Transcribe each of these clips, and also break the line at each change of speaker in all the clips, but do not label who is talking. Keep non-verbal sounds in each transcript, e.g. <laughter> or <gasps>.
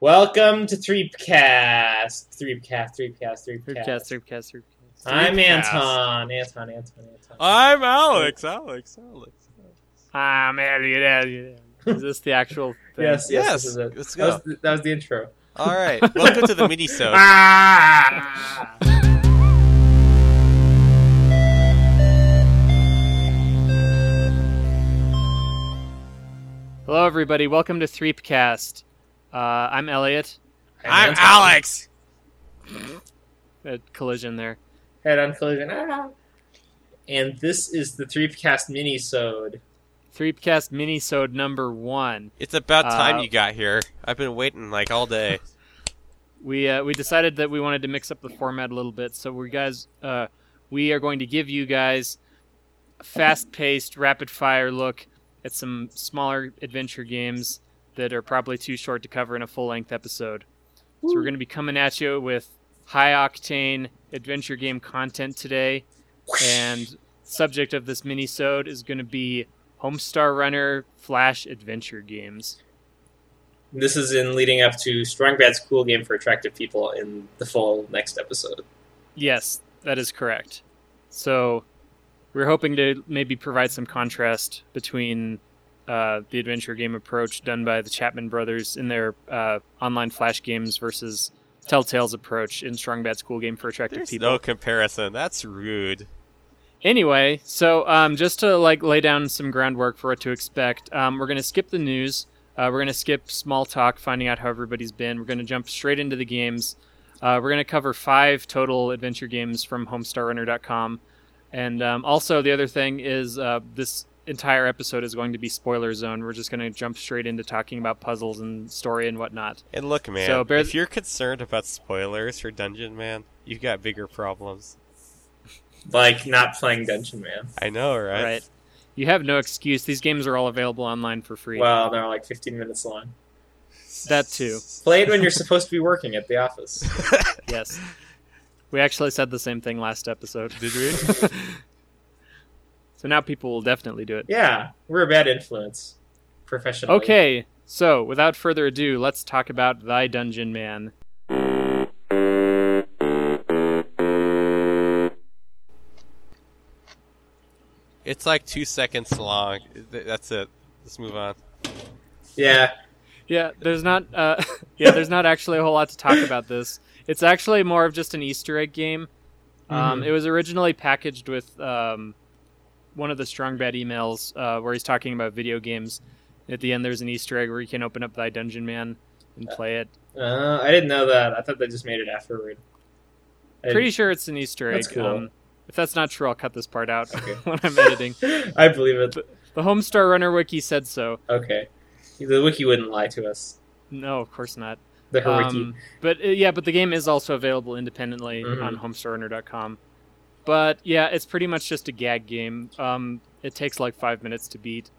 Welcome to Threepcast. Threepcast, Threepcast, Threepcast.
Threepcast, Threepcast, Threepcast.
I'm
Threepcast.
Anton. Anton, Anton, Anton.
I'm Alex. Alex. Alex.
I'm Elliot.
<laughs>
Elliot. Is this the actual thing?
yes, yes,
Yes,
this is it.
let's
That was, the, that was the intro.
All right. Welcome to the mini <laughs> show.
Ah! Hello, everybody. Welcome to Threepcast. Uh, I'm Elliot.
I'm
Anton.
Alex.
A collision there.
Head on collision. Ah. And this is the Threepcast mini-sode.
Threepcast minisode number one.
It's about time
Uh,
you got here. I've been waiting like all day.
we uh, we decided that we wanted to mix up the format a little bit. So we guys, uh, we are going to give you guys a fast-paced, rapid-fire look at some smaller adventure games that are probably too short to cover in a full-length episode. So we're going to be coming at you with high-octane adventure game content today, and subject of this mini-sode is going to be Homestar Runner Flash adventure games.
This is in leading up to Strong Bad's cool game for attractive people in the full next episode.
Yes, that is correct. So we're hoping to maybe provide some contrast between uh, the adventure game approach done by the Chapman brothers in their uh, online flash games versus Telltale's approach in Strong Bad's cool game for attractive
<laughs> There's
people.
no comparison. That's rude.
Anyway, so um, just to like lay down some groundwork for what to expect, um, we're gonna skip the news. Uh, we're gonna skip small talk, finding out how everybody's been. We're gonna jump straight into the games. Uh, we're gonna cover five total adventure games from HomestarRunner.com, and um, also the other thing is uh, this entire episode is going to be spoiler zone. We're just gonna jump straight into talking about puzzles and story and whatnot.
And look, man,
So, bear-
if you're concerned about spoilers for Dungeon Man, you got bigger problems.
Like, not playing Dungeon Man.
I know,
Right?
right?
You have no excuse. These games are all available online for free.
Well, they're like 15 minutes long.
That too.
<laughs>
Play it when you're supposed to be working at the office.
Yes. We actually said the same thing last episode.
Did we?
<laughs> So now people will definitely do it.
Yeah, we're a bad influence. Professionally.
Okay, so without further ado, let's talk about Thy Dungeon Man.
It's like two seconds long. Th- That's it. Let's move on.
Yeah,
Yeah, there's not uh, <laughs> yeah, there's not actually a whole lot to <laughs> talk about this. It's actually more of just an Easter egg game. Um, It was originally packaged with um, one of the Strong Bad emails uh, where he's talking about video games. At the end, there's an Easter egg where you can open up Thy Dungeon Man and play it.
Uh, I didn't know that. I thought they just made it afterward. I
Pretty sure it's an Easter egg. um,
That's cool.
if that's not true, I'll cut this part out
Okay.
<laughs> when I'm editing.
didn't- <laughs> I believe it.
The Homestar Runner wiki said so.
Okay, the wiki wouldn't lie to us.
No, of course not.
The her wiki.
Um, but uh, yeah, but the game is also available independently
Mhm.
on homestarrunner.com. But yeah, it's pretty much just a gag game. Um, it takes like five minutes to beat.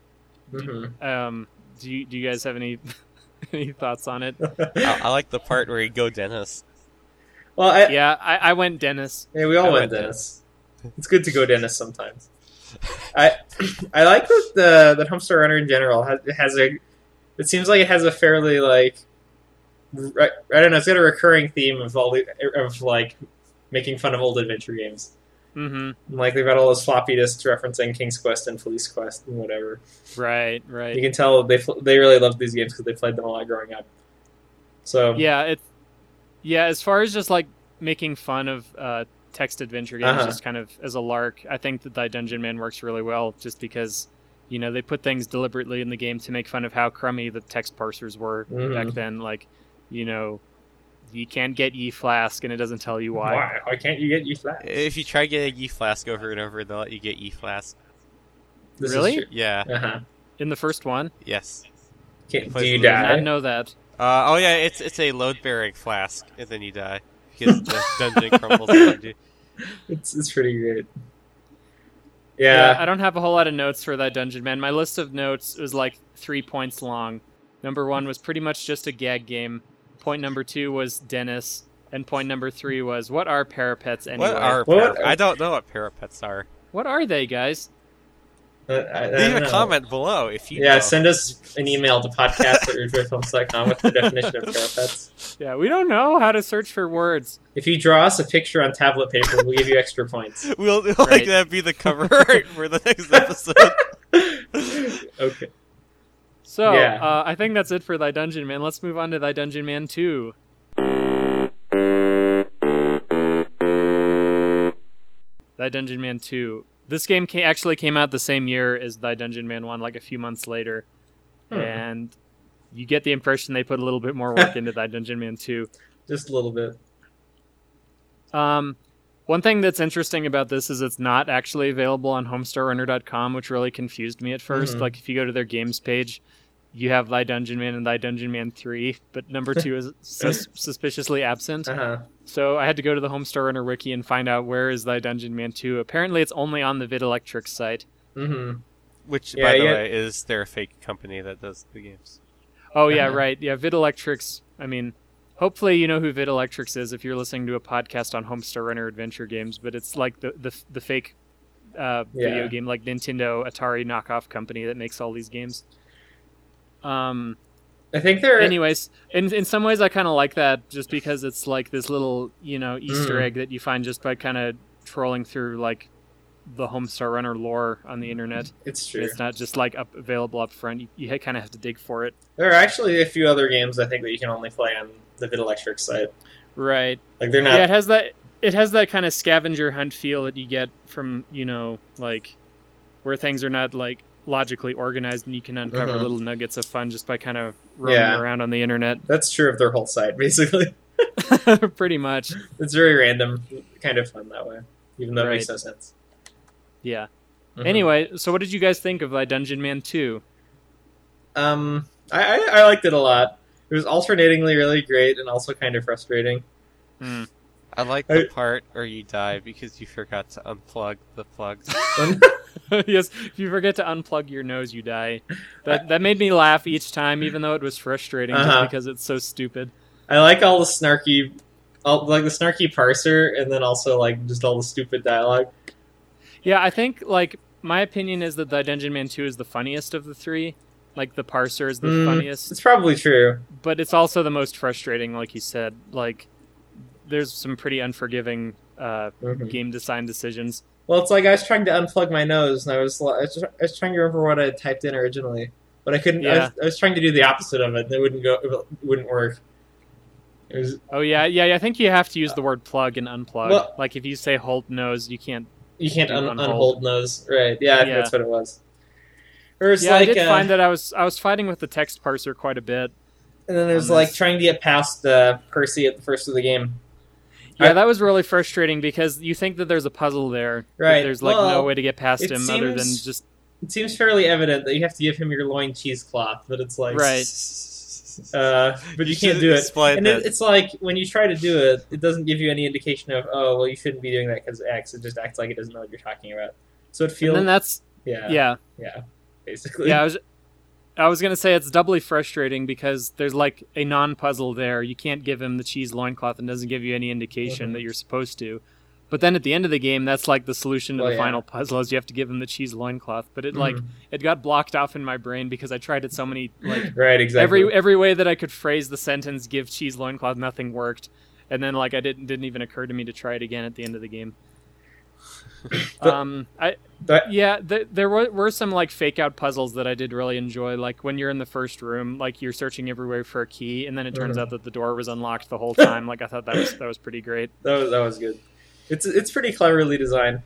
Mhm.
Um, do you, do you guys have any <laughs> any thoughts on it?
I, I like the part where you go dentist.
<laughs> well, I, yeah.
Yeah, I, I went Dennis.
we all
I
went
went
Dennis. It's good to go Dennis sometimes. I <clears throat> I like that the that Homestar Runner in general has, has a. It seems like it has a fairly like. re- I don't know. It's got a recurring theme of all the, of like making fun of old adventure games.
hmm
Like they've got all those floppy disks referencing King's Quest and Police Quest and whatever.
Right, right.
You can tell they fl- they really loved these games because they played them a lot growing up. So
yeah it yeah as far as just like making fun of uh text adventure games
Uh-huh.
just kind of as a lark i think that thy dungeon man works really well just because you know they put things deliberately in the game to make fun of how crummy the text parsers were back
Mhm.
then like you know you can't get e flask and it doesn't tell you
why?
why
why can't you get E flat?
If you try getting E flask over and over, they'll let you get E flask.
Really?
Yeah.
Uh huh.
in the first one
Yes.
Do
Plays
you
with
i
I-
did not
die?
know that
Uh, oh yeah, it's it's a load bearing flask, and then you die because the dungeon crumbles around you.
It's it's pretty great. Yeah.
i don't have a whole lot of notes for thy dungeon man my list of notes was like three points long number one was pretty much just a gag game point number two was dennis and point number three was what are parapets anyway
What are
What
parap- I don't know what parapets are.
What are they, guys?
Uh, I, I
Leave
don't
a
know.
comment below if you
Yeah,
know.
send us an email to podcast at rootfilms.com with the definition of parapets.
Yeah, we don't know how to search for words.
If you draw us a picture on tablet paper, we'll give you extra points.
<laughs> We'll like
Right.
that be
<laughs>
the cover art for the next episode.
okay.
So
Yeah.
uh, I think that's it for Thy Dungeon Man. Let's move on to Thy Dungeon Man 2. Thy Dungeon Man 2. This game ca- actually came out the same year as Thy Dungeon Man 1, like a few months later.
Hmm.
And you get the impression they put a little bit more
<laughs>
work into Thy Dungeon Man 2.
Just a little bit.
Um, one thing that's interesting about this is it's not actually available on homestarrunner.com, which really confused me at 1st
Mhm.
Like if you go to their games page, you have Thy Dungeon Man and Thy Dungeon Man 3, but number 2 is sus- suspiciously absent.
Uh-huh.
So I had to go to the Homestar Runner wiki and find out where is Thy Dungeon Man 2. Apparently it's only on the Vidilectric site.
Mm-hmm.
Which,
Yeah,
by the
yeah.
way, is their fake company that does the games.
Oh yeah,
Uh-huh.
right. Yeah, Vidilectrics. I mean, hopefully you know who Vidilectrics is if you're listening to a podcast on Homestar Runner Adventure Games, but it's like the the, the fake uh, video
Yeah.
game, like Nintendo, Atari knockoff company that makes all these games. Um.
I think they're
Anyways, in in some ways, I kind of like that just because it's like this little you know Easter
Mm.
egg that you find just by kind of trolling through like the Homestar Runner lore on the internet.
it's true.
It's not just like up available up front. You, you kind of have to dig for it.
There are actually a few other games I think that you can only play on the Vidilectric site.
Right.
Like they're not
yeah it has that it has that kind of scavenger hunt feel that you get from you know like where things are not like logically organized and you can uncover
Mhm.
little nuggets of fun just by kind of roaming
Yeah.
around on the internet <laughs>
that's true of their whole site, <laughs> basically.
pretty much
It's very random. Kind of fun that way. Even though it makes no sense.
yeah
Mhm.
anyway so what did you guys think of thy dungeon man 2
Um, I, I, I liked it a lot. It was alternatingly really great and also kind of frustrating.
I like the part where you die because you forgot to unplug the plugs.
<laughs> yes if you forget to unplug your nose you die that that made me laugh each time even though it was frustrating
Uh-huh.
just because it's so stupid
I like all the snarky, all, like the snarky parser, and then also like just all the stupid dialogue.
Yeah, I think like my opinion is that the Dungeon Man 2 is the funniest of the three. Like the parser is the
Mm.
funniest,
It's probably true.
but it's also the most frustrating. Like you said, like there's some pretty unforgiving uh,
Mhm.
game design decisions.
Well, it's like I was trying to unplug my nose, and I was, li- I was, tr- I was trying to remember what I had typed in originally, but I couldn't. I,
Yeah.
was, I was trying to do the opposite of it, and it wouldn't go. It wouldn't work. It was
Oh yeah, yeah. yeah, I think you have to use the word plug and unplug.
Well-
like if you say Holt knows, you can't.
you can't
Do
un-
unhold.
unhold nose, right? Yeah, I think
Yeah.
that's what it was. Or it's
yeah,
like,
I did
uh,
find that I was I was fighting with the text parser quite a bit.
and then it was
on
like
this.
trying to get past uh, Percy at the first of the game.
Yeah,
I-
that was really frustrating because you think that there's a puzzle there. but
Right,
There's like no
well,
way to get past
it
him other than
seems-
just
It seems fairly evident that you have to give him your loin cheesecloth, but it's like
right.
<laughs> Uh,
<laughs>
but you, can't
should
do it.
Explain
And
that.
it, it's like when you try to do it, it doesn't give you any indication of oh well you shouldn't be doing that because X. It just acts like it doesn't know what you're talking about. So it
And
feels
then that's
yeah, yeah
yeah.
basically <laughs>
yeah, I was, I was gonna say it's doubly frustrating because there's like a non-puzzle there. You can't give him the cheese loincloth and doesn't give you any indication
Mhm.
that you're supposed to. But then at the end of the game, that's like the solution to
Well,
the
yeah.
final puzzle is you have to give him the cheese loincloth. But it like
Mhm.
it got blocked off in my brain because I tried it
<laughs>
so many like
right exactly
every every way that I could phrase the sentence give cheese loincloth nothing worked. And then like I didn't didn't even occur to me to try it again at the end of
<laughs>
the game.
The-
um I
But-
yeah, th- there were, were some like fake out puzzles that I did really enjoy. Like when you're in the first room, like you're searching everywhere for a key, and then it turns
Mhm.
out that the door was unlocked the whole time. like I thought that was that was pretty great.
that was that was good. It's it's pretty cleverly designed.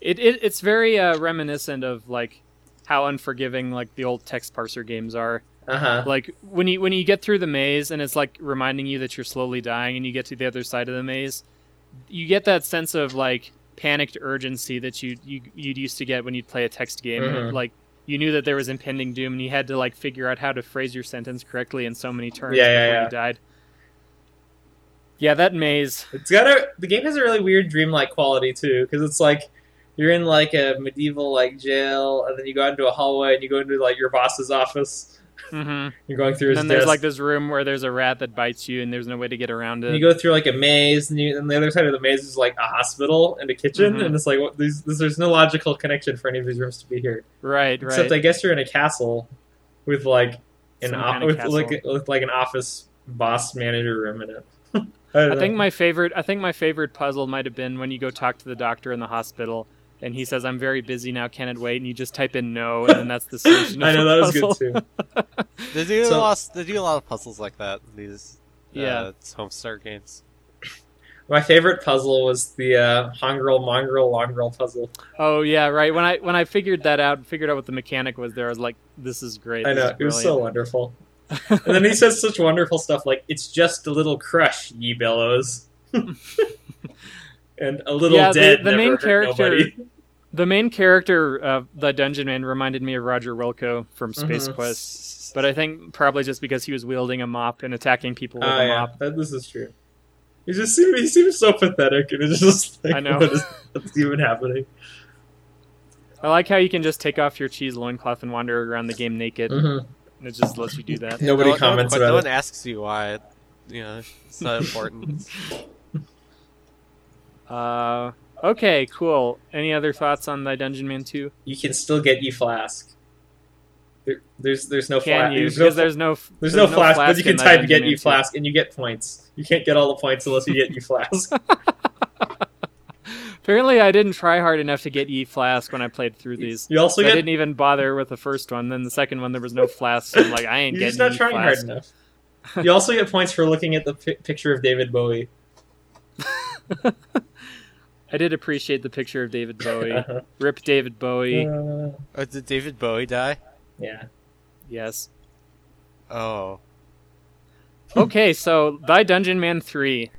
It, it it's very uh, reminiscent of like how unforgiving like the old text parser games are.
Uh huh.
Like when you when you get through the maze and it's like reminding you that you're slowly dying, and you get to the other side of the maze, you get that sense of like panicked urgency that you you you'd used to get when you'd play a text game.
Mhm.
Like you knew that there was impending doom, and you had to like figure out how to phrase your sentence correctly in so many turns
Yeah, yeah,
before
yeah.
you died. Yeah, that maze.
It's got a the game has a really weird dreamlike quality too because it's like you're in like a medieval like jail and then you go out into a hallway and you go into like your boss's office
hmm
You're going through his
And then there's
desk.
like this room where there's a rat that bites you, and there's no way to get around
And you
it.
go through like a maze, and, you, and the other side of the maze is like a hospital and a kitchen,
Mhm.
and it's like what, these, this, there's no logical connection for any of these rooms to be here.
right, right.
Except I guess you're in a castle with like an
Some
o-
kind of
with,
castle.
like, with like an office boss manager room in it. <laughs> I, don't
I
know. <laughs>
think my favorite I think my favorite puzzle might have been when you go talk to the doctor in the hospital and he says I'm very busy now cannot wait and you just type in no and then that's the
<laughs>
solution.
I
of
know
the
that was
puzzle.
good too.
They do
So-
a lot. They do a lot of puzzles like that. in These
Yeah.
uh, Homestar games.
My favorite puzzle was the uh, Hongrel Mongrel Longrel puzzle.
Oh yeah, right. When I when I figured that out, figured out what the mechanic was there, I was like, this is great.
I
this
know
is
it was so
brilliant.
wonderful. and then
<laughs>
he says such wonderful stuff like "It's just a little crush, ye bellows," and a little
Yeah, the-
dead.
the
never
main
hurt
character-
nobody. <laughs>
the main character of the Dungeon Man reminded me of Roger Wilco from Space
Mhm.
Quest. But I think probably just because he was wielding a mop and attacking people with
Oh,
a
yeah,
mop.
that, this is true. He just seems he seems so pathetic, and it's just like
I know.
what is what's even happening?
I like how you can just take off your cheese loincloth and wander around the game naked.
Mm-hmm.
It just lets you do that.
Nobody
No one- no one
comments
que-
about
no
it.
one asks you why. You know, it's not
<laughs>
important.
Uh, okay, cool. Any other thoughts on Thy Dungeon Man 2?
You can still get ye flask. There, there's there's no
Can
flask.
you?
There's
Because
no,
there's no f-
there's no flask, but you can
in Thy
type
Dungeon
get
Man
ye
2.
flask, and you get points. You can't get all the points unless you get
<laughs>
ye flask.
Apparently, I didn't try hard enough to get E flask when I played through these.
You also
So I
get
didn't even bother with the first one. Then the second one, there was no flask. So I'm like, I ain't
You're just
getting
not
E
trying
flask.
hard enough. You also get points for looking at the pi picture of David Bowie.
I did appreciate the picture
<laughs>
of David <laughs> Bowie.
Uh-huh.
Rip David Bowie.
Uh,
Uh, did David Bowie die?
yeah.
Yes.
Oh,
Okay, so Thy Dungeon Man 3.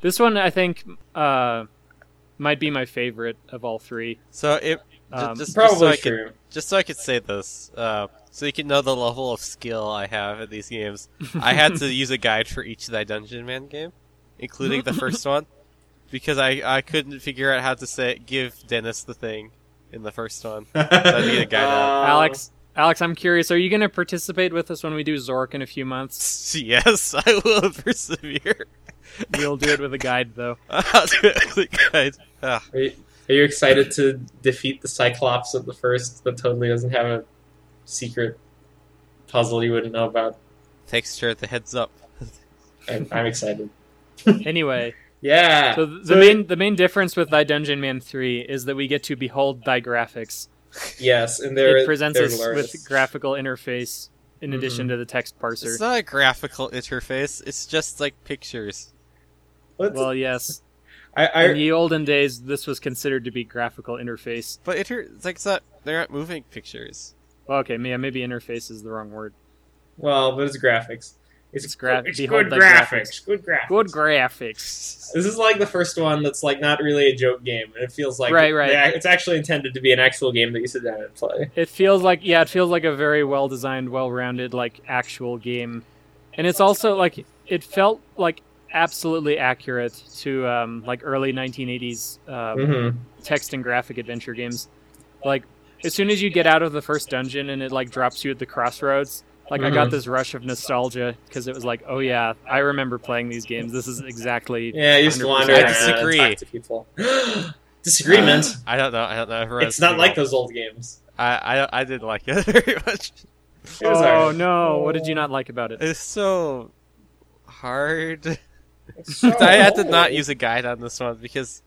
This one, I think, uh, might be my favorite of all three.
so it ju-
Um,
just, just so
Probably
I could
true.
just so I could say this, uh, so you can know the level of skill I have at these games. I
<laughs>
had to use a guide for each of thy Dungeon Man game, including
<laughs>
the first one, because I, I couldn't figure out how to say give Dennis the thing in the first one. <laughs> I need a guy
<laughs>
now.
Um,
Alex, <laughs> Alex, I'm curious. Are you going to participate with us when we do Zork in a few
<laughs>
months?
yes, I will <laughs> persevere.
We'll do it with a guide, though.
I'll do it with a guide. Ah,
Uh, Are you, are you excited to defeat the Cyclops of the first that totally doesn't have a secret puzzle you wouldn't know about?
thanks for the heads up.
I'm, I'm
<laughs>
excited.
Anyway,
Yeah.
so th- the main the main difference with Thy Dungeon Man Three is that we get to behold thy graphics.
yes, and they're
it presents
they're
us
glorious.
with graphical interface in
Mm-hmm.
addition to the text
It's
parser.
not a graphical interface. It's just like pictures.
What's-
Well, yes.
I, I,
In the olden days, this was considered to be graphical interface.
But inter- it's like it's not. They're not moving pictures.
Well, okay, yeah, maybe interface is the wrong word.
well, but it's graphics. It's,
It's gra-
It's
behold
good
thy
graphics. Good graphics.
Good graphics.
This is like the first one that's like not really a joke game, and it feels like
Right, right.
yeah, it's actually intended to be an actual game that you sit down and play.
It feels like yeah, it feels like a very well designed, well rounded like actual game, and it's also like it felt like absolutely accurate to um, like early 1980s uh,
Mm-hmm.
text and graphic adventure games. Like as soon as you get out of the first dungeon and it like drops you at the crossroads, like I got
Mhm.
this rush of nostalgia because it was like, oh yeah, I remember playing these games. This is exactly
Yeah, you just wander
100%.
around and
Disagree.
talk to people. <gasps>
<gasps>
Disagreement.
Uh, I don't know. I don't know. Everyone's
it's not like
single.
those old games.
I, I I didn't like it <laughs> very much.
It was
oh
alright.
no, what did you not like about it?
It's so hard. <laughs>
It's so
I had to not
old.
use a guide on this one because,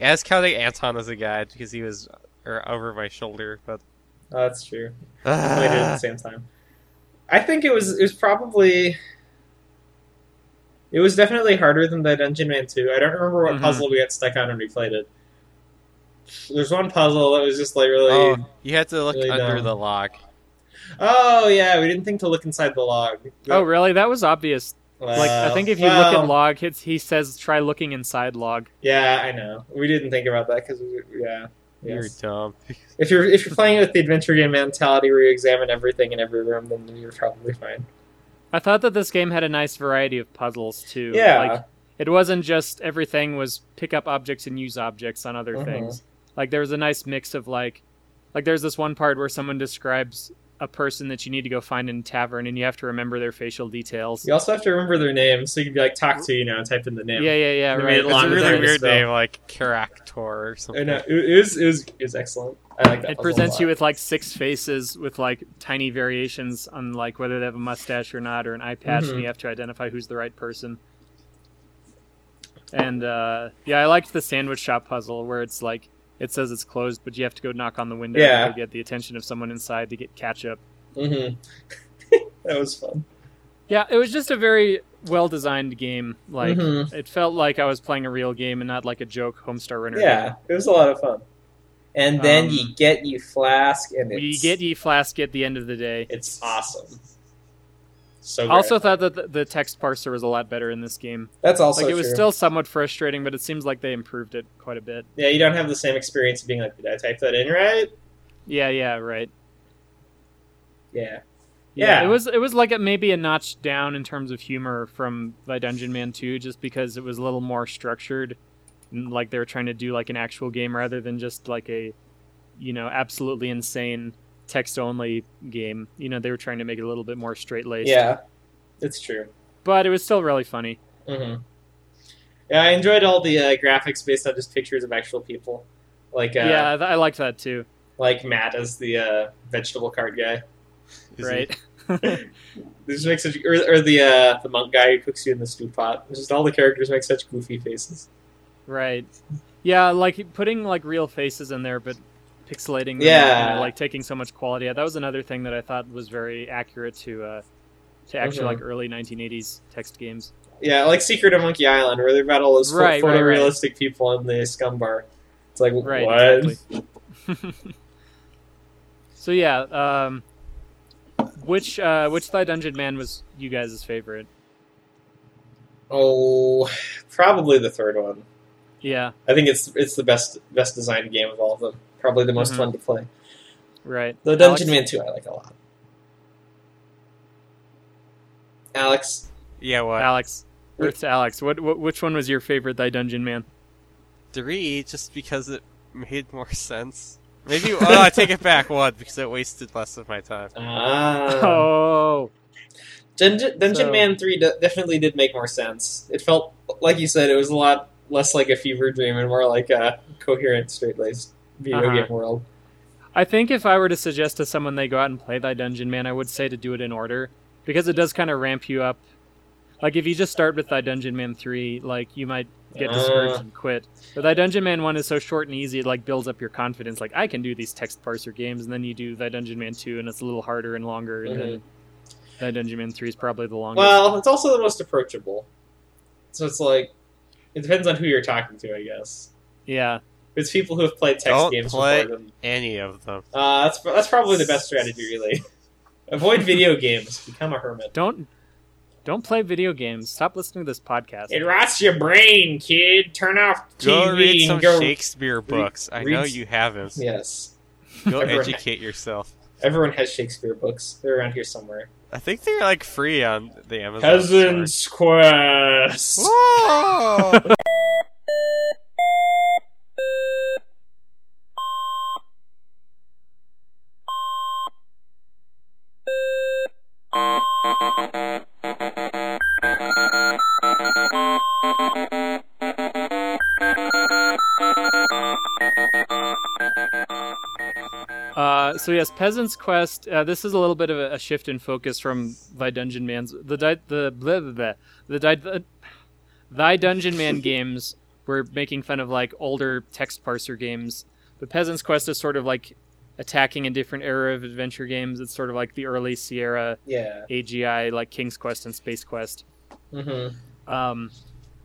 as counting Anton as a guide because he was or over my shoulder,
<sighs>
but
Oh, that's true.
Ah.
played it
Uh,
at the same time. I think it was it was probably it was definitely harder than the Dungeon Man two. I don't remember what
Mhm.
puzzle we got stuck on when we played it. There's one puzzle that was just like really
oh,
oh,
you had to look
really
under
dumb.
the log.
oh, yeah, we didn't think to look inside the log.
Oh really? That was obvious. Like I think if you look at
log,
log, it's, he says try looking inside log.
yeah, I know we didn't think about that because yeah,
You're
Yes.
dumb.
If you're if you're playing it with the adventure game mentality where you examine everything in every room, then you're probably fine.
I thought that this game had a nice variety of puzzles too.
Yeah.
Like it wasn't just everything was pick up objects and use objects on other
Mhm.
things. Like there was a nice mix of like like there's this one part where someone describes a person that you need to go find in a tavern and you have to remember their facial details.
You also have to remember their name, so you can be like talk to you know, type in the
Yeah,
name.
yeah, yeah.
They
right.
made it
It's a
longer than
really
it
weird
is, though.
name, like Caractor or
I
something.
know, it, it was it was it was excellent. I like that.
It
puzzle a
presents
lot.
you with like six faces with like tiny variations on like whether they have a mustache or not or an eye patch,
Mhm.
and you have to identify who's the right person. And uh, yeah, I liked the sandwich shop puzzle where it's like it says it's closed, but you have to go knock on the window
Yeah.
to get the attention of someone inside to get ketchup.
Mhm. <laughs> that was fun.
Yeah, it was just a very well designed game. Like
Mhm.
it felt like I was playing a real game and not like a joke Homestar Runner.
Yeah, it was a lot of fun. And then
Um,
you get you flask, and
game.
it's,
we get ye flask at the end of the day.
it's awesome. So
also
gratifying.
thought that the, the text parser was a lot better in this game.
that's also
like it was
true.
still somewhat frustrating, but it seems like they improved it quite a bit.
yeah. You don't have the same experience of being like, did I type that in right?
Yeah, yeah, right.
Yeah, Yeah.
it was it was like a, maybe a notch down in terms of humor from the Dungeon Man 2, just because it was a little more structured, and, like they were trying to do like an actual game rather than just like a, you know, absolutely insane text only game. You know, they were trying to make it a little bit more straight laced.
yeah. It's true.
but it was still really funny.
hmm Yeah, I enjoyed all the uh, graphics based on just pictures of actual people, like uh,
Yeah, I, I liked that too.
like Matt as the uh, vegetable card guy.
Is
right.
This makes such, or, or the uh, the monk guy who cooks you in the stew pot. Just all the characters make such goofy faces.
Right. Yeah, like putting like real faces in there, but pixelating. Them
Yeah.
and, like taking so much quality. out. That was another thing that I thought was very accurate to uh, to actually
Mhm.
like early 1980s text games.
Yeah, like Secret of Monkey Island, where they've got all those pho-
Right, right, right.
photorealistic people in the scum bar. It's like
Right.
what?
Exactly. <laughs> so yeah, um, which uh, which Thy Dungeon Man was you guys' favorite?
Oh, probably the third one.
Yeah.
I think it's it's the best best designed game of all of them. Probably the most
Mhm.
fun to play.
Right.
The Dungeon
Alex?
Man two I like a lot. Alex,
Yeah, what?
Alex. Earth to Alex. What, what? Which one was your favorite Thy Dungeon Man?
Three, just because it made more sense. Maybe, oh, I take it back, one, because it wasted less of my time.
ah,
<laughs> Oh.
Dungeon, Dungeon
So-
Man three de- definitely did make more sense. It felt like you said it was a lot less like a fever dream and more like a coherent, straight laced video
Uh-huh.
game world.
I think if I were to suggest to someone they go out and play Thy Dungeon Man, I would say to do it in order because it does kind of ramp you up. Like if you just start with Thy Dungeon Man three, like you might get discouraged
Ah.
and quit. But Thy Dungeon Man one is so short and easy, it like builds up your confidence. Like I can do these text parser games, and then you do Thy Dungeon Man two, and it's a little harder and longer. And then Thy Dungeon Man three is probably the longest.
Well, it's also the most approachable. So it's like it depends on who you're talking to, I guess.
yeah,
If It's people who have played text
Don't
games
play-
before them.
Any of them.
Uh, that's that's probably the best strategy, really. <laughs> Avoid video games. Become a hermit.
don't don't play video games. Stop listening to this podcast.
It rots your brain, kid. Turn off TV
Go read some
and go.
Shakespeare books. I know
read-
you haven't.
Yes,
Go
Everyone-
educate yourself.
everyone has Shakespeare books. They're around here somewhere.
I think they're like free on the Amazon. store.
Peasants Quest.
Whoa!
<laughs>
Uh, so yes, Peasant's Quest. Uh, this is a little bit of a, a shift in focus from Thy Dungeon Man's the di- the blah, blah, blah, the di- the Thy Dungeon Man games were making fun of like older text parser games, but Peasant's Quest is sort of like attacking a different era of adventure games. It's sort of like the early Sierra
Yeah.
AGI, like King's Quest and Space Quest.
Mm-hmm.
Um,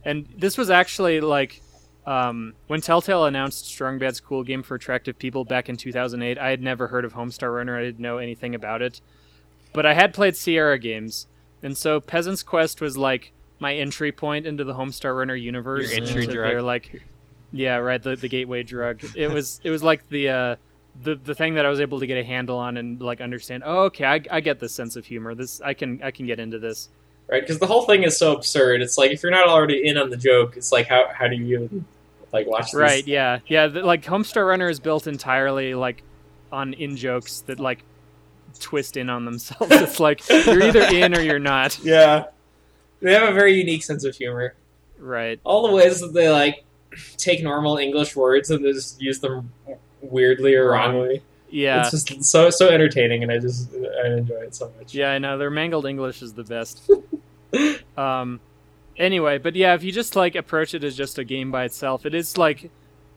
and this was actually like um, when Telltale announced Strong Bad's cool game for attractive people back in 2008. I had never heard of Homestar Runner. I didn't know anything about it, but I had played Sierra games, and so Peasant's Quest was like my entry point into the Homestar Runner universe.
Your entry
into
drug.
their, like Yeah, right. The, the gateway drug. It was it was like the uh, the the thing that I was able to get a handle on and like understand. Oh, okay, I, I get this sense of humor. This I can I can get into this.
right? Because the whole thing is so absurd. It's like if you're not already in on the joke, it's like how how do you like watch this?
Right? Yeah, yeah. The, like Homestar Runner is built entirely like on in jokes that like twist in
<laughs>
on themselves. it's like you're either in or you're not.
Yeah, they have a very unique sense of humor.
Right.
All the ways that they like take normal English words and just use them weirdly or wrongly.
Yeah.
It's just so so entertaining, and I just I enjoy it so much.
Yeah, I know their mangled English is the best.
<laughs>
um, anyway, but yeah, if you just like approach it as just a game by itself, it is like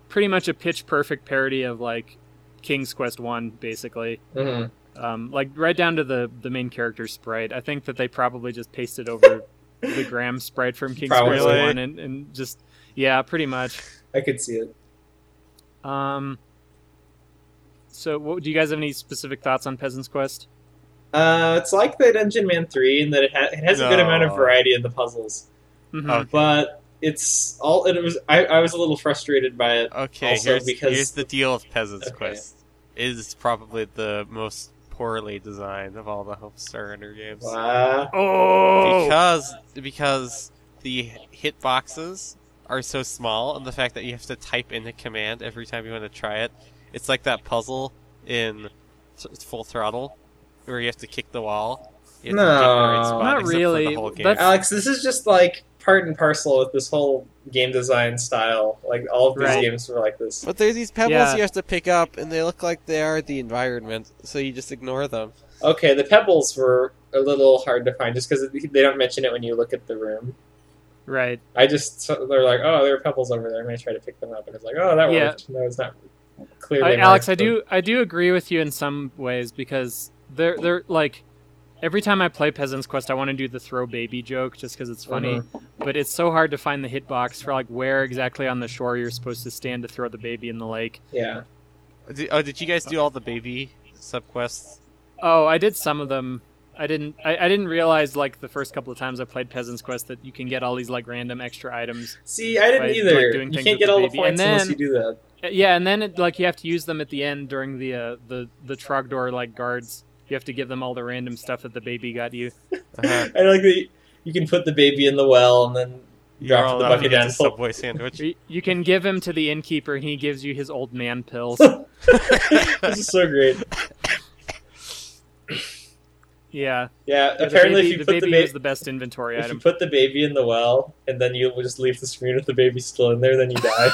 pretty much a pitch perfect parody of like King's Quest One, basically.
Mhm.
Um, like right down to the the main character sprite. I think that they probably just pasted over the Graham sprite from King's Quest
Probably.
One, and, and just yeah, pretty much.
I could see it.
Um, so, what, do you guys have any specific thoughts on Peasant's Quest?
Uh, it's like the Dungeon Man three in that it, ha- it has a good
No.
amount of variety in the puzzles,
Mhm.
Oh,
but it's all it was. I, I was a little frustrated by it.
Okay,
Also,
here's,
because-
here's the deal with Peasant's
Okay.
Quest. It is probably the most poorly designed of all the Homestar Runner games.
Wow.
Oh,
Because because the hitboxes are so small and the fact that you have to type in a command every time you want to try it. It's like that puzzle in th- Full Throttle where you have to kick the wall. You have to get in the
No.
right spot,
Not
except for the
really.
whole game.
That's-
Alex, this is just like part and parcel with this whole game design style. Like all of these
Right.
games were like this.
But there's these pebbles
Yeah.
you have to pick up, and they look like they are the environment, so you just ignore them.
Okay, the pebbles were a little hard to find just because they don't mention it when you look at the room.
right.
I just so- they're like, oh, there are pebbles over there. I'm gonna try to pick them up, and it's like, oh, that
Yeah.
worked. No, it's not clearly.
I, Alex, I
marked,
do I do agree with you in some ways because they're they're like every time I play Peasant's Quest, I want to do the throw baby joke just because it's funny, but it's so hard to find the hitbox for like where exactly on the shore you're supposed to stand to throw the baby in the lake.
but- Yeah,
Did, oh, did you guys do all the baby subquests?
Oh, I did some of them. I didn't I, I didn't realize like the first couple of times I played Peasant's Quest that you can get all these like random extra items.
see, I didn't
By, like,
either.
doing
you
things
can't
with
get
the
all the
baby.
points
And
unless
then-
you do that.
Uh, Yeah, and then it, like you have to use them at the end during the uh, the the Trogdor like guards. You have to give them all the random stuff that the baby got you.
Uh-huh.
I like that you can put the baby in the well and then
You're
Drop
all
the
allowed
bucket
to get
down.
the Subway sandwich.
You you can give him to the innkeeper, and he gives you his old man pills.
<laughs> this is so great.
yeah.
Yeah,
The
apparently
baby,
if you put
the
the
baby
baby
is the best
<laughs>
inventory
if you
item.
put the baby in the well and then you just leave the screen with the baby still in there, then you
<laughs>
die.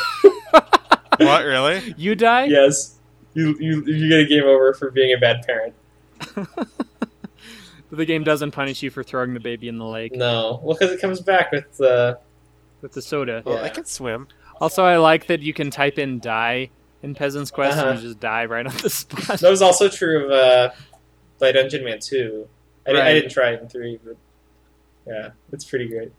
what <laughs> really?
You die?
yes, you you you get a game over for being a bad parent.
The game doesn't punish you for throwing the baby in the lake
No, well, because it comes back with uh,
with the soda.
Well, I
Yeah.
can swim.
Also, I like that you can type in "die" in Peasant's Quest and
Uh-huh.
you just die right on the spot.
that was also true of uh, by Dungeon Man two. I, di- I
Right.
didn't try it in three, but yeah, it's pretty great.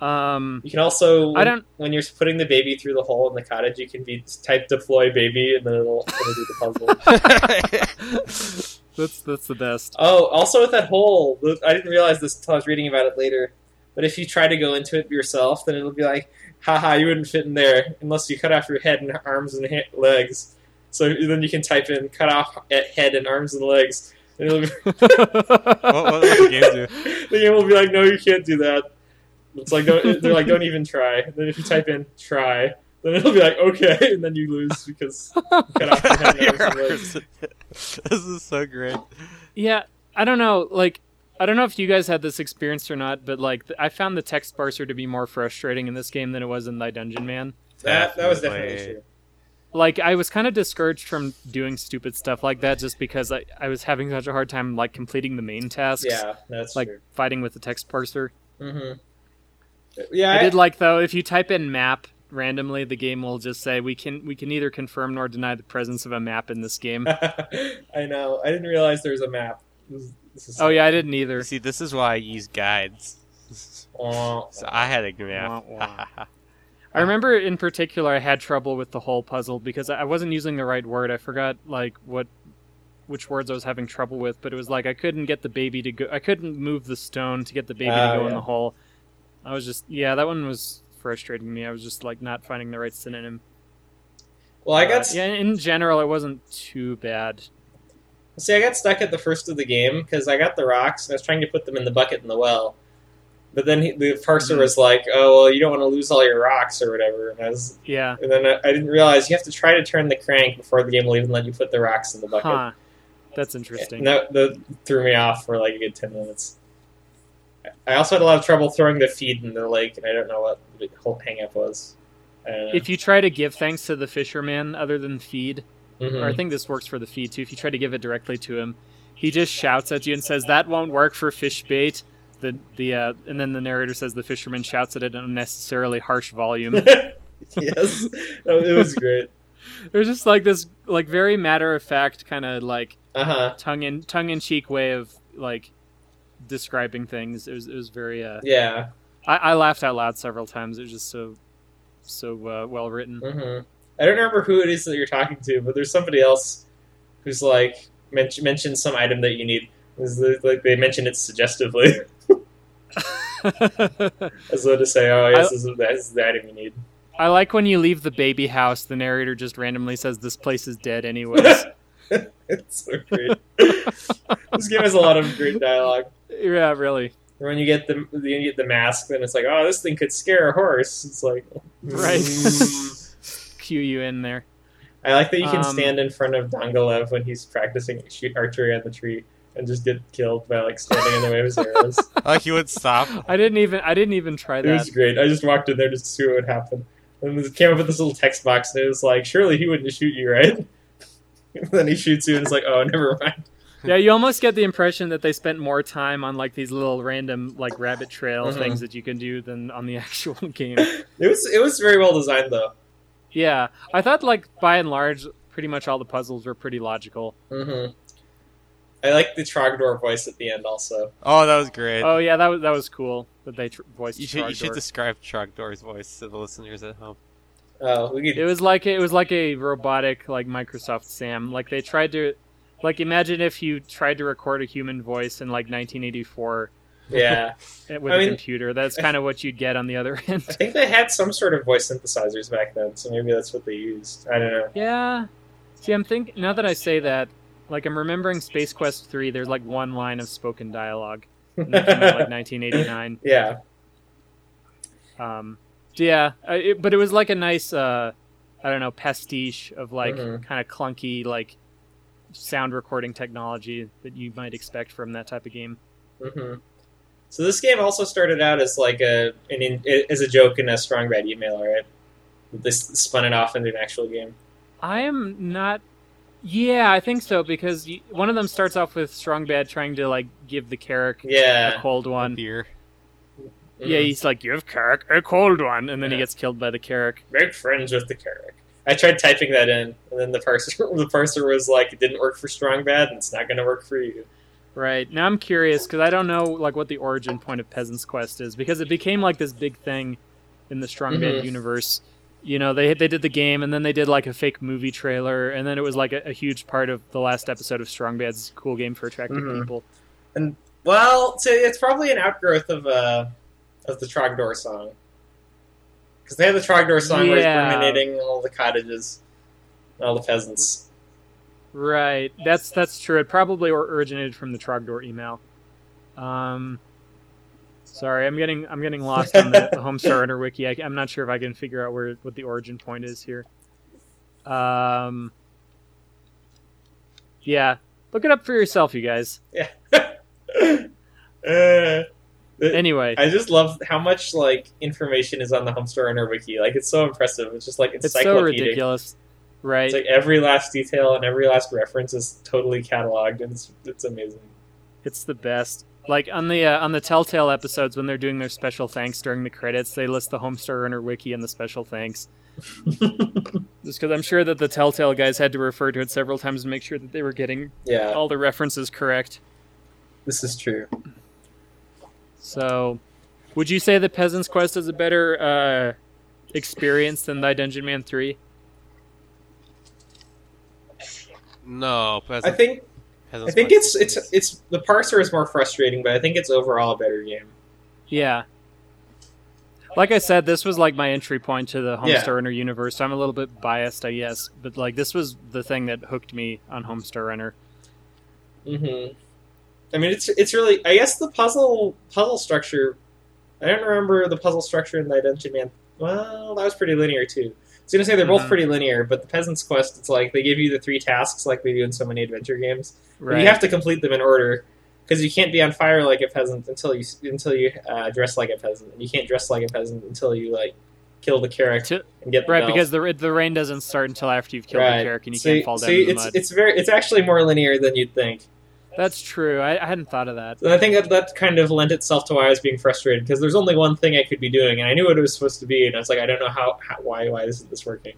Um,
<laughs> You can also
I don't.
when you're putting the baby through the hole in the cottage, you can be type deploy baby and then it'll, it'll do the puzzle.
<laughs> That's that's the best.
Oh, also with that hole, I didn't realize this until I was reading about it later. But if you try to go into it yourself, then it'll be like, haha, you wouldn't fit in there unless you cut off your head and arms and he- legs. So then you can type in cut off at head and arms and legs. And it'll be,
what, what does the game do?
<laughs> the game will be like, no, you can't do that. It's like don't, they're like, don't even try. And then if you type in try, then it'll be like, okay, <laughs> and then you lose because you cut
<laughs>
off your head and
Your
arms and legs.
arms. <laughs> this is so great.
<laughs> Yeah, I don't know. Like, I don't know if you guys had this experience or not, but like, th- I found the text barcer to be more frustrating in this game than it was in Thy Dungeon Man.
That, that was definitely
Definitely.
true.
Like, I was kind of discouraged from doing stupid stuff like that just because I, I was having such a hard time like completing the main tasks,
Yeah, that's
like
true.
fighting with the text parser.
Mm-hmm. Yeah, <laughs>
I did like though, if you type in map randomly, the game will just say we can we can neither confirm nor deny the presence of a map in this
<laughs>
game.
I know. I didn't realize there was a map. This is- this is-
oh yeah, I didn't either.
See, this is why I use guides.
Aw.
So I had a <laughs>
Wah,
map.
I remember in particular I had trouble with the whole puzzle because I I wasn't using the right word. I forgot like what which words I was having trouble with, but it was like I couldn't get the baby to go I couldn't move the stone to get the baby
Ah,
to go in
yeah.
the hole. I was just yeah, that one was frustrating me. I was just like not finding the right synonym.
Well, I got
Uh, yeah. In general, it wasn't too bad.
See, I got stuck at the first of the game because I got the rocks and I was trying to put them in the bucket in the well. But then he, the parser
Mhm.
was like, "Oh well, you don't want to lose all your rocks or whatever." And I was,
Yeah.
and then I, I didn't realize you have to try to turn the crank before the game will even let you put the rocks in the bucket.
Huh. That's interesting.
And that, that threw me off for like a good ten minutes. I also had a lot of trouble throwing the feed in the lake, and I don't know what the whole hang up was. I don't know.
If you try to give thanks to the fisherman other than feed,
Mhm.
or I think this works for the feed too. If you try to give it directly to him, he just shouts at you and says that won't work for fish bait. The the uh, and then the narrator says the fisherman shouts at it in unnecessarily harsh volume.
Mm-hmm. <laughs> yes, That- it was great.
There's just like this like very matter of fact kind of like
Uh huh.
tongue in tongue in cheek way of like describing things. It was it was very uh,
Yeah.
I, I laughed out loud several times. It was just so so uh, well written. <laughs>
hmm I don't remember who it is that you're talking to, but there's somebody else who's like men- mentioned some item that you need. Is the- like they mention it suggestively, <laughs> as though to say, "Oh, yes, this, is, this is the item you need." <laughs>
I like when you leave the baby house. The narrator just randomly says this place is dead anyways.
It's so
<laughs>
great. this game has a lot of great dialogue.
yeah, really.
When you get the when you get the mask, then it's like, "Oh, this thing could scare a horse." It's like,
Right. Cue you in there.
<laughs> I like that you can
Um,
stand in front of Dongalev when he's practicing shoot archery on the tree and just get killed by like standing in the way of his arrows.
<laughs> Like he would stop.
I didn't even I didn't even try
It was
that.
great. I just walked in there just to see what would happen. And it came up with this little text box, and it was like, surely he wouldn't shoot you, right? <laughs> And then he shoots you, and it's like, oh, never mind.
Yeah, you almost get the impression that they spent more time on like these little random like rabbit trail
Mhm.
things that you can do than on the <laughs> actual game.
It was it was very well designed, though.
yeah, I thought like by and large, pretty much all the puzzles were pretty logical.
Mm-hmm. I like the Trogdor voice at the end, also.
Oh, that was great.
Oh yeah, that was that was cool that they tr- voiced.
you should you should
Trogdor.
describe Trogdor's voice to the listeners at home.
Oh, we
It
could.
was like it was like a robotic like Microsoft Sam. Like they tried to like imagine if you tried to record a human voice in like 1984
Yeah,
eh, with
I
a
mean-
computer. That's kind of what you'd get on the other <laughs> end.
I think they had some sort of voice synthesizers back then, so maybe that's what they used. I don't know.
Yeah. See, I'm think now that I say that, like I'm remembering Space Quest 3, there's like one line of spoken dialogue. And that came out like 1989.
Yeah,
Um, yeah, I- it, but it was like a nice, uh, I don't know, pastiche of like
Mhm.
kind of clunky like sound recording technology that you might expect from that type of game.
hmm So this game also started out as like a an in, as a joke in a strong bad email, right? They s- spun it off into an actual game.
I am not. Yeah, I think so because y one of them starts off with Strong Bad trying to like give the Carrick a
Yeah.
cold one,
Beer.
Yeah, he's like, give Carrick a cold one, and then he
Yeah.
gets killed by the Carrick.
Make friends with the Carrick. I tried typing that in, and then the parser <laughs> the parser was like, "It didn't work for Strong Bad, and it's not going to work for you."
Right now, I'm curious because I don't know like what the origin point of Peasant's Quest is because it became like this big thing in the Strong Bad
Mhm.
universe. You know, they they did the game, and then they did like a fake movie trailer, and then it was like a, a huge part of the last episode of Strong Bad's Cool Game for Attracting
Mhm.
People.
Well, so it's probably an outgrowth of uh of the Trogdor song because they had the Trogdor song where he's
Yeah.
permeating all the cottages, and all the peasants. <laughs>
Right, that's that's true. It probably or- originated from the Trogdor email. Um, sorry, I'm getting I'm getting lost on the, the
<laughs>
Home Starter wiki. I, I'm not sure if I can figure out where what the origin point is here. Um, yeah, look it up for yourself, you guys.
uh,
Anyway,
I just love how much like information is on the Homestar Runner wiki. Like it's so impressive. It's just like
it's so
encyclopedic.
ridiculous, right?
It's like every last detail and every last reference is totally cataloged, and it's, it's amazing.
It's the best. Like on the uh, on the Telltale episodes when they're doing their special thanks during the credits, they list the Homestar Runner wiki and the special thanks. Just because I'm sure that the Telltale guys had to refer to it several times to make sure that they were getting
Yeah,
all the references correct.
this is true.
So, would you say that Peasant's Quest is a better uh, experience than Thy Dungeon Man Three?
No,
I
peasant,
think I
peasant's
think
voice
it's it's
is-
it's the parser is more frustrating, but I think it's overall a better game.
Yeah. like I said, this was like my entry point to the Homestar
Yeah.
Runner universe. So I'm a little bit biased, I guess, but like this was the thing that hooked me on Homestar Runner.
hmm I mean, it's it's really. I guess the puzzle puzzle structure. I don't remember the puzzle structure in that Dungeon Man. Well, that was pretty linear too. I was gonna say they're both
Mhm.
pretty linear, but the Peasant's Quest, it's like they give you the three tasks, like they do in so many adventure games. But
Right.
You have to complete them in order because you can't be on fire like a peasant until you until you uh, dress like a peasant, and you can't dress like a peasant until you like kill the carrot
To-
and get the
right
bell.
because the the rain doesn't start until after you've killed
Right.
the character and you
So
can't
you-
fall
so
down
you-
in the
it's
mud.
it's very it's actually more linear than you'd think.
That's true. I, I hadn't thought of that.
And I think that that kind of lent itself to why I was being frustrated because there's only one thing I could be doing, and I knew what it was supposed to be, and I was like, I don't know how, how why why isn't this working?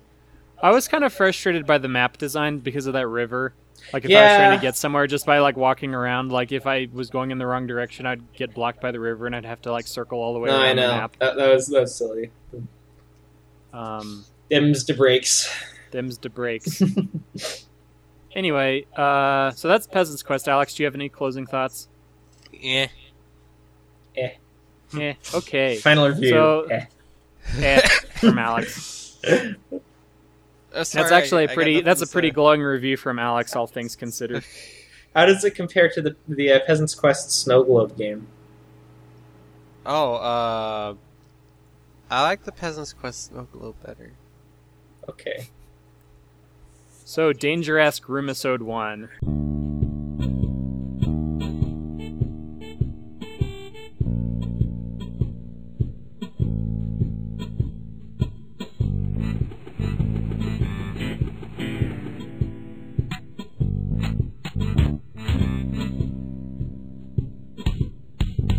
I was kind of frustrated by the map design because of that river. Like if I was
Yeah.
trying to get somewhere just by like walking around, like if I was going in the wrong direction, I'd get blocked by the river and I'd have to like circle all the way
No, I
around the
know
map.
that, that was that was silly.
Um,
Dims to breaks.
them's the breaks. anyway, uh, so that's Peasant's Quest. Alex, do you have any closing thoughts?
Yeah.
Hmm.
eh,
<laughs>
okay.
Final review.
So-
Eh.
Eh, from Alex.
<laughs>
Uh,
That's actually a pretty. That's a pretty glowing review from Alex.
<laughs>
All things considered.
How does it compare to the the uh, Peasant's Quest Snow Globe game?
Oh, uh, I like the Peasant's Quest Snow Globe better.
Okay.
So, Danger Ask Rumisode 1.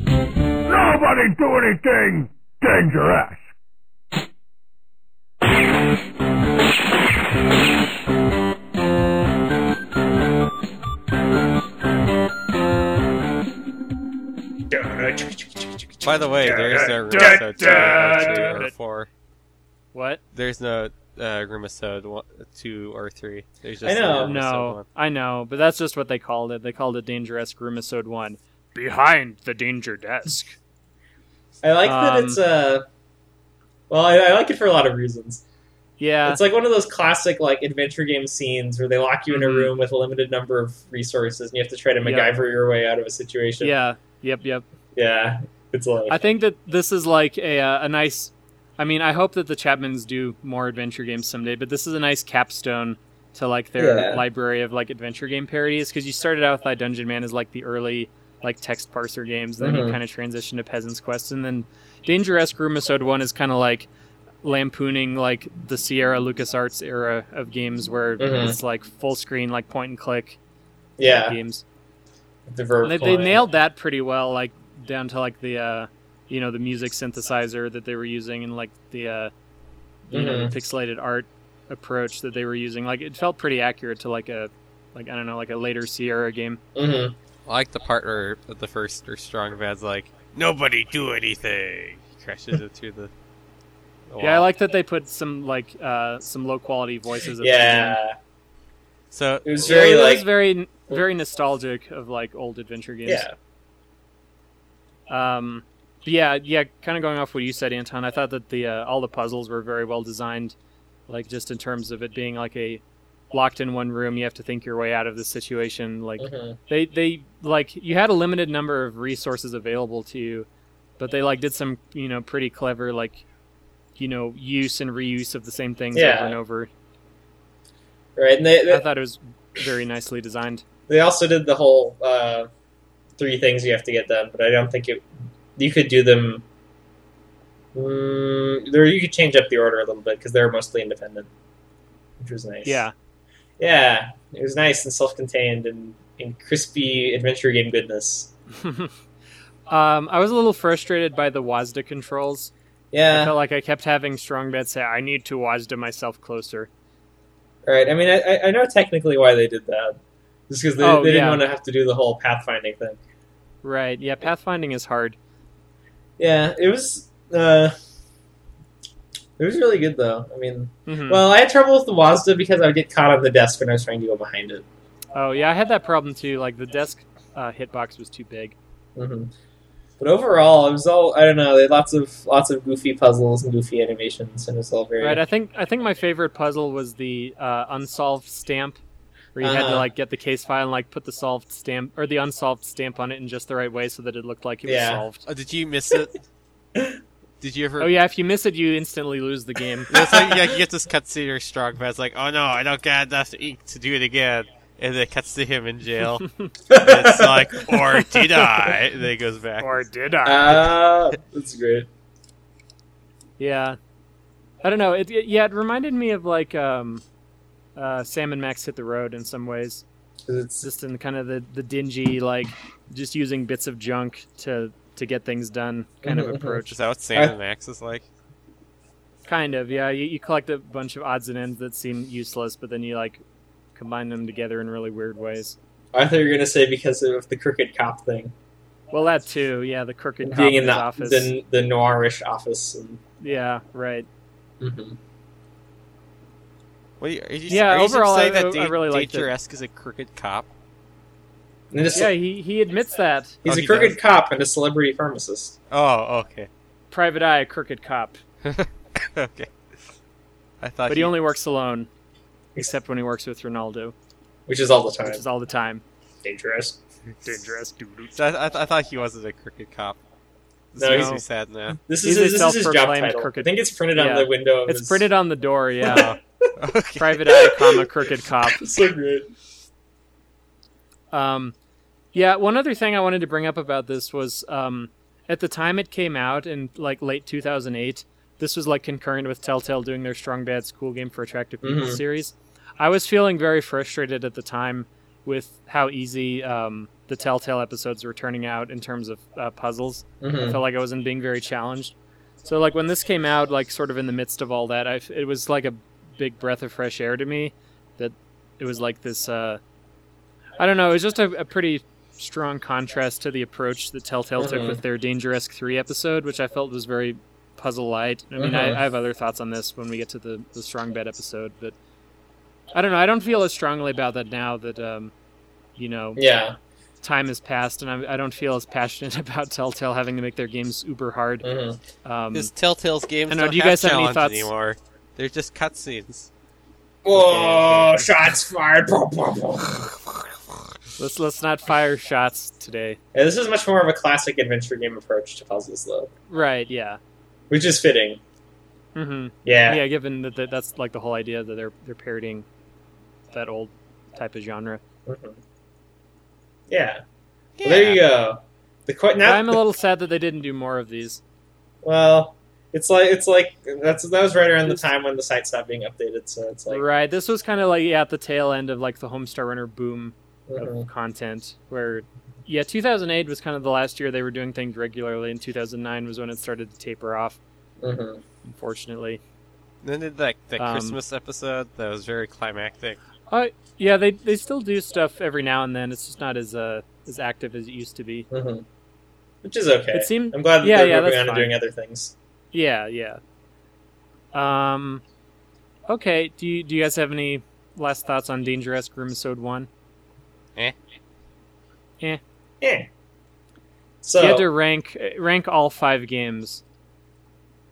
Nobody do anything dangerous.
By the way, there is no Rumisode two or three or four.
What?
There's no uh, Rumisode one, two or three. There's
I
just
know.
the Rumisode
No,
one.
I know, but that's just what they called it. They called it Danger Ask Rumisode 1. Behind the Danger Desk.
I like that
Um,
it's uh well, I, I like it for a lot of reasons.
Yeah.
It's like one of those classic like adventure game scenes where they lock you in a
Mhm.
room with a limited number of resources and you have to try to
Yeah.
MacGyver your way out of a situation.
Yeah. Yep, yep.
Yeah, it's like
I think that this is like a, uh, a nice. I mean, I hope that the Chapmans do more adventure games someday, but this is a nice capstone to like their
Yeah.
library of like adventure game parodies because you started out with like Dungeon Man as like the early like text parser games, then
Mhm.
you kind of transitioned to Peasant's Quest, and then Danger Esque Rumisode One is kind of like lampooning like the Sierra LucasArts era of games where
Mhm.
it's like full screen, like point and click
yeah,
games.
the verb.
And they, they
coin.
nailed that pretty well, like down to like the uh, you know the music synthesizer that they were using and like the uh, you know
Mm-hmm.
the pixelated art approach that they were using. Like it felt pretty accurate to like a like I don't know like a later Sierra game.
Mhm.
I like the part where the first or strong bad's like, nobody do anything. He crashes it through the.
Yeah,
the
I
wall.
like that they put some like uh, some low quality voices. At the end.
Yeah,
<laughs>
So
it was
Yeah,
very
it
like
was very very nostalgic of like old adventure games.
yeah.
Um, but yeah, yeah. Kind of going off what you said, Anton. I thought that the uh, all the puzzles were very well designed, like just in terms of it being like a locked in one room. You have to think your way out of the situation. Like
Mhm.
they they like you had a limited number of resources available to you, but they like did some you know pretty clever like you know use and reuse of the same things
Yeah.
over and over.
Right, and they,
I
they
thought it was very nicely designed.
they also did the whole uh, three things you have to get done, but I don't think it you could do them. Mm, there, you could change up the order a little bit because they were mostly independent, which was nice.
Yeah, <laughs>
yeah, it was nice and self-contained and, and crispy adventure game goodness.
um, I was a little frustrated by the WASDA controls. I
Yeah,
felt like I kept having strong bets say, I need to WASDA myself closer.
right. I mean, I, I- I know technically why they did that, just because they,
Oh,
they didn't
yeah.
want to have to do the whole pathfinding thing.
Right. Yeah, pathfinding is hard.
Yeah, it was. Uh, it was really good though. I mean,
Mhm.
well, I had trouble with the Wazda because I would get caught on the desk when I was trying to go behind it.
oh, yeah, I had that problem too. Like, the desk uh, hitbox was too big.
hmm But overall, it was all I don't know. They had lots of lots of goofy puzzles and goofy animations, and it's all very <laughs>
Right. I think I think my favorite puzzle was the uh, unsolved stamp, where you had to
Uh-huh.
like get the case file and like put the solved stamp or the unsolved stamp on it in just the right way so that it looked like it
Yeah.
was solved.
Oh, did you miss it? Did you ever? <laughs>
Oh yeah, if you miss it, you instantly lose the <laughs> game.
It's like yeah, you get this cuts to your strong but it's like, oh no, I don't got enough ink to do it again. And then it cuts to him in
<laughs>
jail. And it's like, or did I? And then he goes back.
did I?
<laughs> Ah, that's great.
Yeah, I don't know. It, it- yeah, it reminded me of like um, uh, Sam and Max hit the road in some ways,
'Cause It's
just in kind of the the dingy like just using bits of junk to to get things done kind of
Mhm, mhm.
approach.
Is that what Sam and Max is like?
Kind of, yeah. You, you collect a bunch of odds and ends that seem useless, but then you like combine them together in really weird ways.
I thought you were gonna say because of the crooked cop thing,
Well, that too. Yeah, the crooked cop
being in the
his office.
the, the noirish office. And,
Yeah, right.
mhm.
What are you, are you,
Yeah,
are you just
overall,
saying
I-
that
I- I really liked it.
Danger esque is a crooked cop.
And just-
Yeah, he he admits that.
he's
Oh,
a
he
crooked
does.
cop and a celebrity pharmacist.
Oh, okay, <laughs>
Private Eye, crooked cop,
okay. I
Uh,
thought,
but he only works alone, except when he works with Ronaldo,
which is all the time
which is all the time.
dangerous.
Dangerous.
So I, I, I thought he wasn't a crooked cop. This
No,
makes
he's-
me sad <laughs> now.
This is
He's a
his, this is his job
self-proclaimed
title.
crooked-
I think it's printed on
Yeah.
the window. Of
It's
his- <laughs>
printed on the door. Yeah,
Okay.
Private Eye, comma crooked cop.
so great.
Um, yeah, one other thing I wanted to bring up about this was um, at the time it came out in like late 2008. This was like concurrent with Telltale doing their Strong Bad School Game for Attractive People
Mhm.
series. I was feeling very frustrated at the time with how easy um, the Telltale episodes were turning out in terms of uh, puzzles. I <laughs>
Mhm.
felt like I wasn't being very challenged. So like when this came out, like sort of in the midst of all that, I f it was like a big breath of fresh air to me that it was like this. Uh, I don't know. It was just a, a pretty strong contrast to the approach that Telltale took
Mhm.
with their Danger Esque three episode, which I felt was very puzzle light. I mean,
Mhm.
I, I have other thoughts on this when we get to the the Strong Bed episode, but I don't know. I don't feel as strongly about that now that um, you know
Yeah.
time has passed, and I, I don't feel as passionate <laughs> about Telltale having to make their games uber hard.
hmm
Um,
Because Telltale's games
I know,
don't
do you
have
guys have any
challenge
thoughts?
anymore. They're just cutscenes.
Whoa! Shots fired. Boom, boom, boom.
let's let's not fire shots today.
Yeah, this is much more of a classic adventure game approach to puzzles, though,
Right? Yeah.
which is fitting.
hmm
Yeah.
Yeah. Given that, that that's like the whole idea that they're they're parodying that old type of genre.
Mhm. Yeah. Well, there you go. The que-
But
now,
I'm a little sad that they didn't do more of these.
well, it's like it's like that's that was right around the
Just-
time when the site stopped being updated, so it's like
right. This was kind of like yeah, at the tail end of like the Homestar Runner boom
mhm.
of content where. Yeah, 2008 was kind of the last year they were doing things regularly, and 2009 was when it started to taper off,
Mhm.
unfortunately.
Then did that, that
Um,
Christmas episode that was very climactic.
Yeah, they they still do stuff every now and then. It's just not as uh as active as it used to be.
Mhm. which is okay.
It seemed
I'm glad that
Yeah,
they're
yeah,
moving
that's
on and
fine.
doing other things.
yeah, yeah. Um Okay, do you do you guys have any last thoughts on Danger Esque Grimsode one?
Yeah.
If
So
you had to rank rank all five games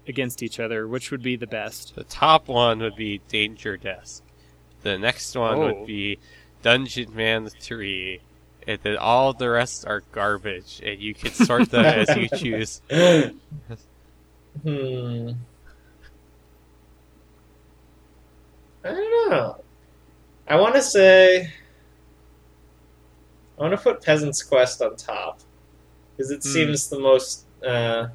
against each other, which would be the best?
The top one would be Danger Desk. The next one
Oh.
would be Dungeon Man 3. And then all the rest are garbage. And you can sort them as <laughs> you choose.
hmm. I don't know. I want to say. I want to put Peasant's Quest on top. Because it
Hmm.
seems the most. Uh,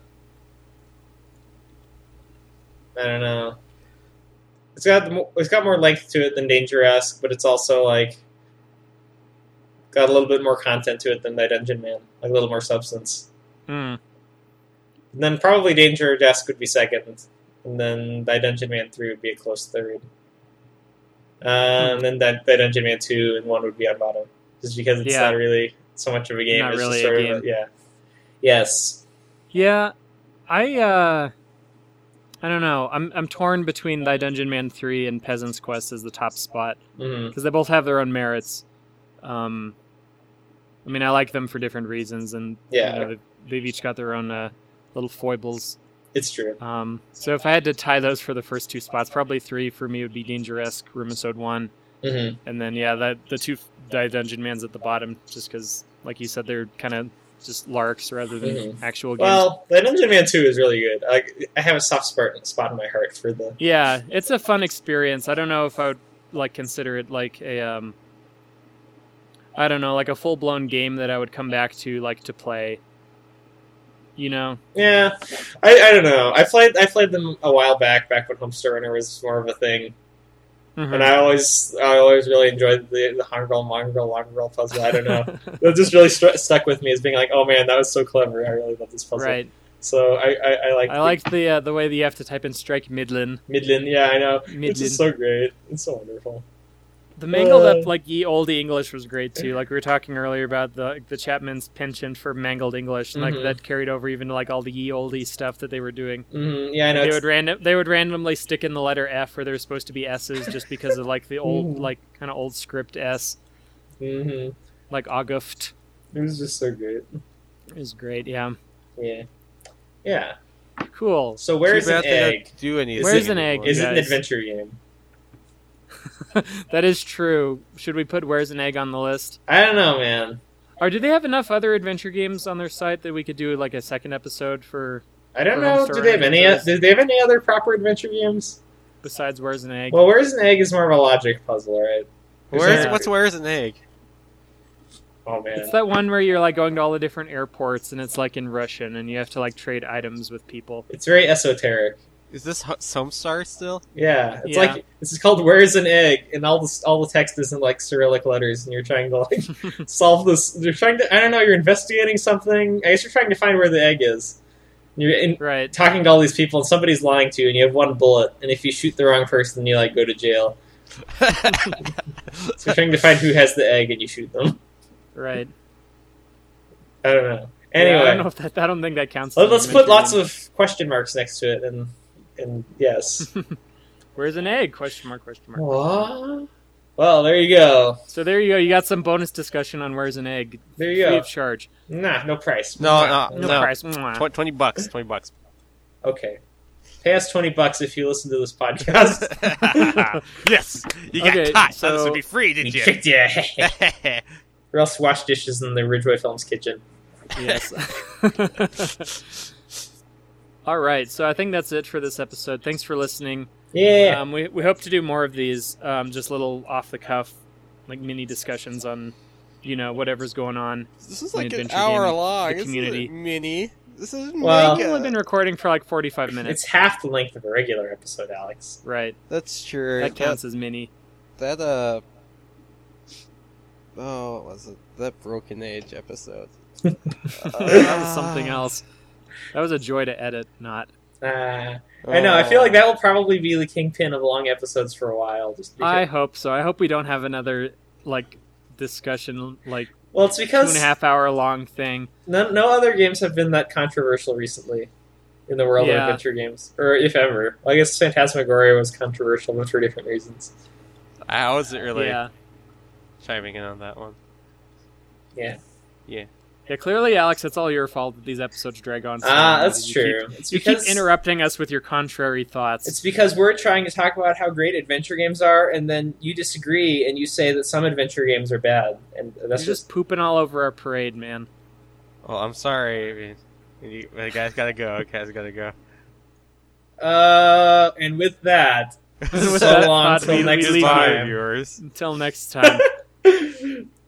I don't know. It's got the mo- it's got more length to it than Danger Esque, but it's also like got a little bit more content to it than Thy Dungeon Man, like a little more substance.
Hmm.
And then probably Danger Desk would be second, and then Thy Dungeon Man three would be a close third. Uh, and then that Thy Dungeon Man two and one would be on bottom, just because it's
Yeah.
not really so much of a game.
Not
it's just
really a
sort
game.
Of yeah. Yes.
Yeah, I uh I don't know. I'm I'm torn between Thy Dungeon Man 3 and Peasant's Quest as the top spot.
Mm-hmm.
because they both have their own merits. Um, I mean, I like them for different reasons, and
Yeah.
you know, they've- they've each got their own uh, little foibles.
It's true.
Um, so if I had to tie those for the first two spots, probably three for me would be Dangeresque, Rumisode One,
hmm
and then yeah, that the two Die Dungeon Man's at the bottom, just because, like you said, they're kind of just larks rather than
Mhm.
actual games.
Well, the Dungeon Man Two is really good. I, I have a soft spot spot in my heart for the.
yeah, it's a fun experience. I don't know if I would like consider it like a um, I don't know, like a full blown game that I would come back to like to play. You know,
Yeah, I, I don't know. I played I played them a while back, back when Homestar Runner was more of a thing,
Mhm.
and I always I always really enjoyed the the Hongrel Mongrel Mongrel puzzle. I don't
<laughs>
know. that just really stru stuck with me as being like, oh man, that was so clever. I really love this puzzle.
right.
So I I, I like
I liked the uh, the way that you have to type in strike Midland.
Midland. Yeah, I know. It's
Midland.
just so great. It's so wonderful.
the mangled
Uh,
up like ye oldie English was great too. Like we were talking earlier about the the Chapman's penchant for mangled English, and like
Mhm.
that carried over even to like all the ye oldie stuff that they were doing.
hmm Yeah, I know.
They
It's-
would random they would randomly stick in the letter F where they're supposed to be S's just because of like the old
Mhm.
like kind of old script S
mhm.
like Auguft
It was just so great.
is great. Yeah,
Yeah. Yeah.
cool. <laughs>
So where's
Too
an
bad they don't
egg?
Do anything.
Where's
an egg?
anymore.
Is it an
guys.
adventure game?
that is true. Should we put Where's an Egg on the list?
I don't know, man.
Or do they have enough other adventure games on their site that we could do like a second episode for
I don't
Or
know.
Homestar
Do they have any?
Runner.
Do they have any other proper adventure games?
besides Where's an Egg?
Well, where's an egg is more of a logic puzzle, right?
Where's
Yeah.
what's where's an egg?
Oh man.
It's that one where you're like going to all the different airports and it's like in Russian and you have to like trade items with people.
It's very esoteric.
Is this Ho- Homestar still?
Yeah, it's
Yeah.
like this is called "Where's an Egg," and all the all the text is in like Cyrillic letters, and you're trying to
<laughs>
like solve this. You're trying to I don't know. You're investigating something. I guess you're trying to find where the egg is. And you're in,
Right.
talking to all these people, and somebody's lying to you, and you have one bullet, and if you shoot the wrong person, you like go to
<laughs>
jail. So you're trying to find who has the egg, and you shoot them.
Right.
I don't know.
Yeah,
Anyway,
I don't know if that I don't think that counts.
let, us put lots of question marks next to it, and and yes.
Where's an egg? Question mark, question mark.
what? Well, there you go.
So there you go. You got some bonus discussion on where's an egg.
There
Free
you go.
of charge.
Nah, no price.
No,
Nah,
no,
No,
no.
price. Mwah.
Tw- Twenty bucks. Twenty bucks. <laughs>
Okay. Pay us 20 bucks if you listen to this podcast.
<laughs>
<laughs>
yes, you got
Okay,
caught. So this
so-
would be free,
we
did <laughs> you?
tricked <laughs> you. or else wash dishes in the Ridgeway Films kitchen.
Yes. <laughs> All right. So I think that's it for this episode. Thanks for listening.
Yeah.
Um, we, we hope to do more of these, um, just little off the cuff, like mini discussions on, you know, whatever's going on.
this is
An
like an
adventure
hour
game,
long.
the
This
community.
is mini. This is
Well-
We've only
mega.
been recording for like 45 minutes.
it's half the length of a regular episode, Alex.
Right.
That's true.
That counts as mini. <laughs>
That uh oh, what was it that Broken Age episode?
that was something else. That was a joy to edit, not.
Uh, I know. I feel
Oh.
like that will probably be the kingpin of long episodes for a while. Just because.
I hope so. I hope we don't have another, like, discussion, like,
well, it's
two and
because
a half hour long thing.
no, no other games have been that controversial recently in the world
Yeah.
of adventure games, or if ever. Well, I guess Phantasmagoria was controversial, but for different reasons.
Ah, I wasn't really
Yeah.
chiming in on that one.
Yeah.
Yeah, clearly, Alex, it's all your fault that these episodes drag on so
Ah,
long,
that's
because you
true. it's
Keep, you
because
keep interrupting us with your contrary thoughts.
It's because we're trying to talk about how great adventure games are, and then you disagree and you say that some adventure games are bad, and that's
You're just
just
pooping all over our parade, man.
Well, I'm sorry. I mean, you- the guy's gotta go. The guy's gotta go.
uh. And with that,
<laughs>
<laughs>
With
<laughs> so
that
long
thought,
till
we- we
next
leave you.
Bye,
time.
viewers.
Until
<laughs>
next time.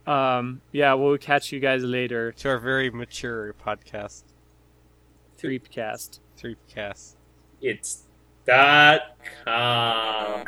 um, yeah, we'll catch you guys later.
To our very mature podcast,
Threepcast.
Threepcast.
it's dot com.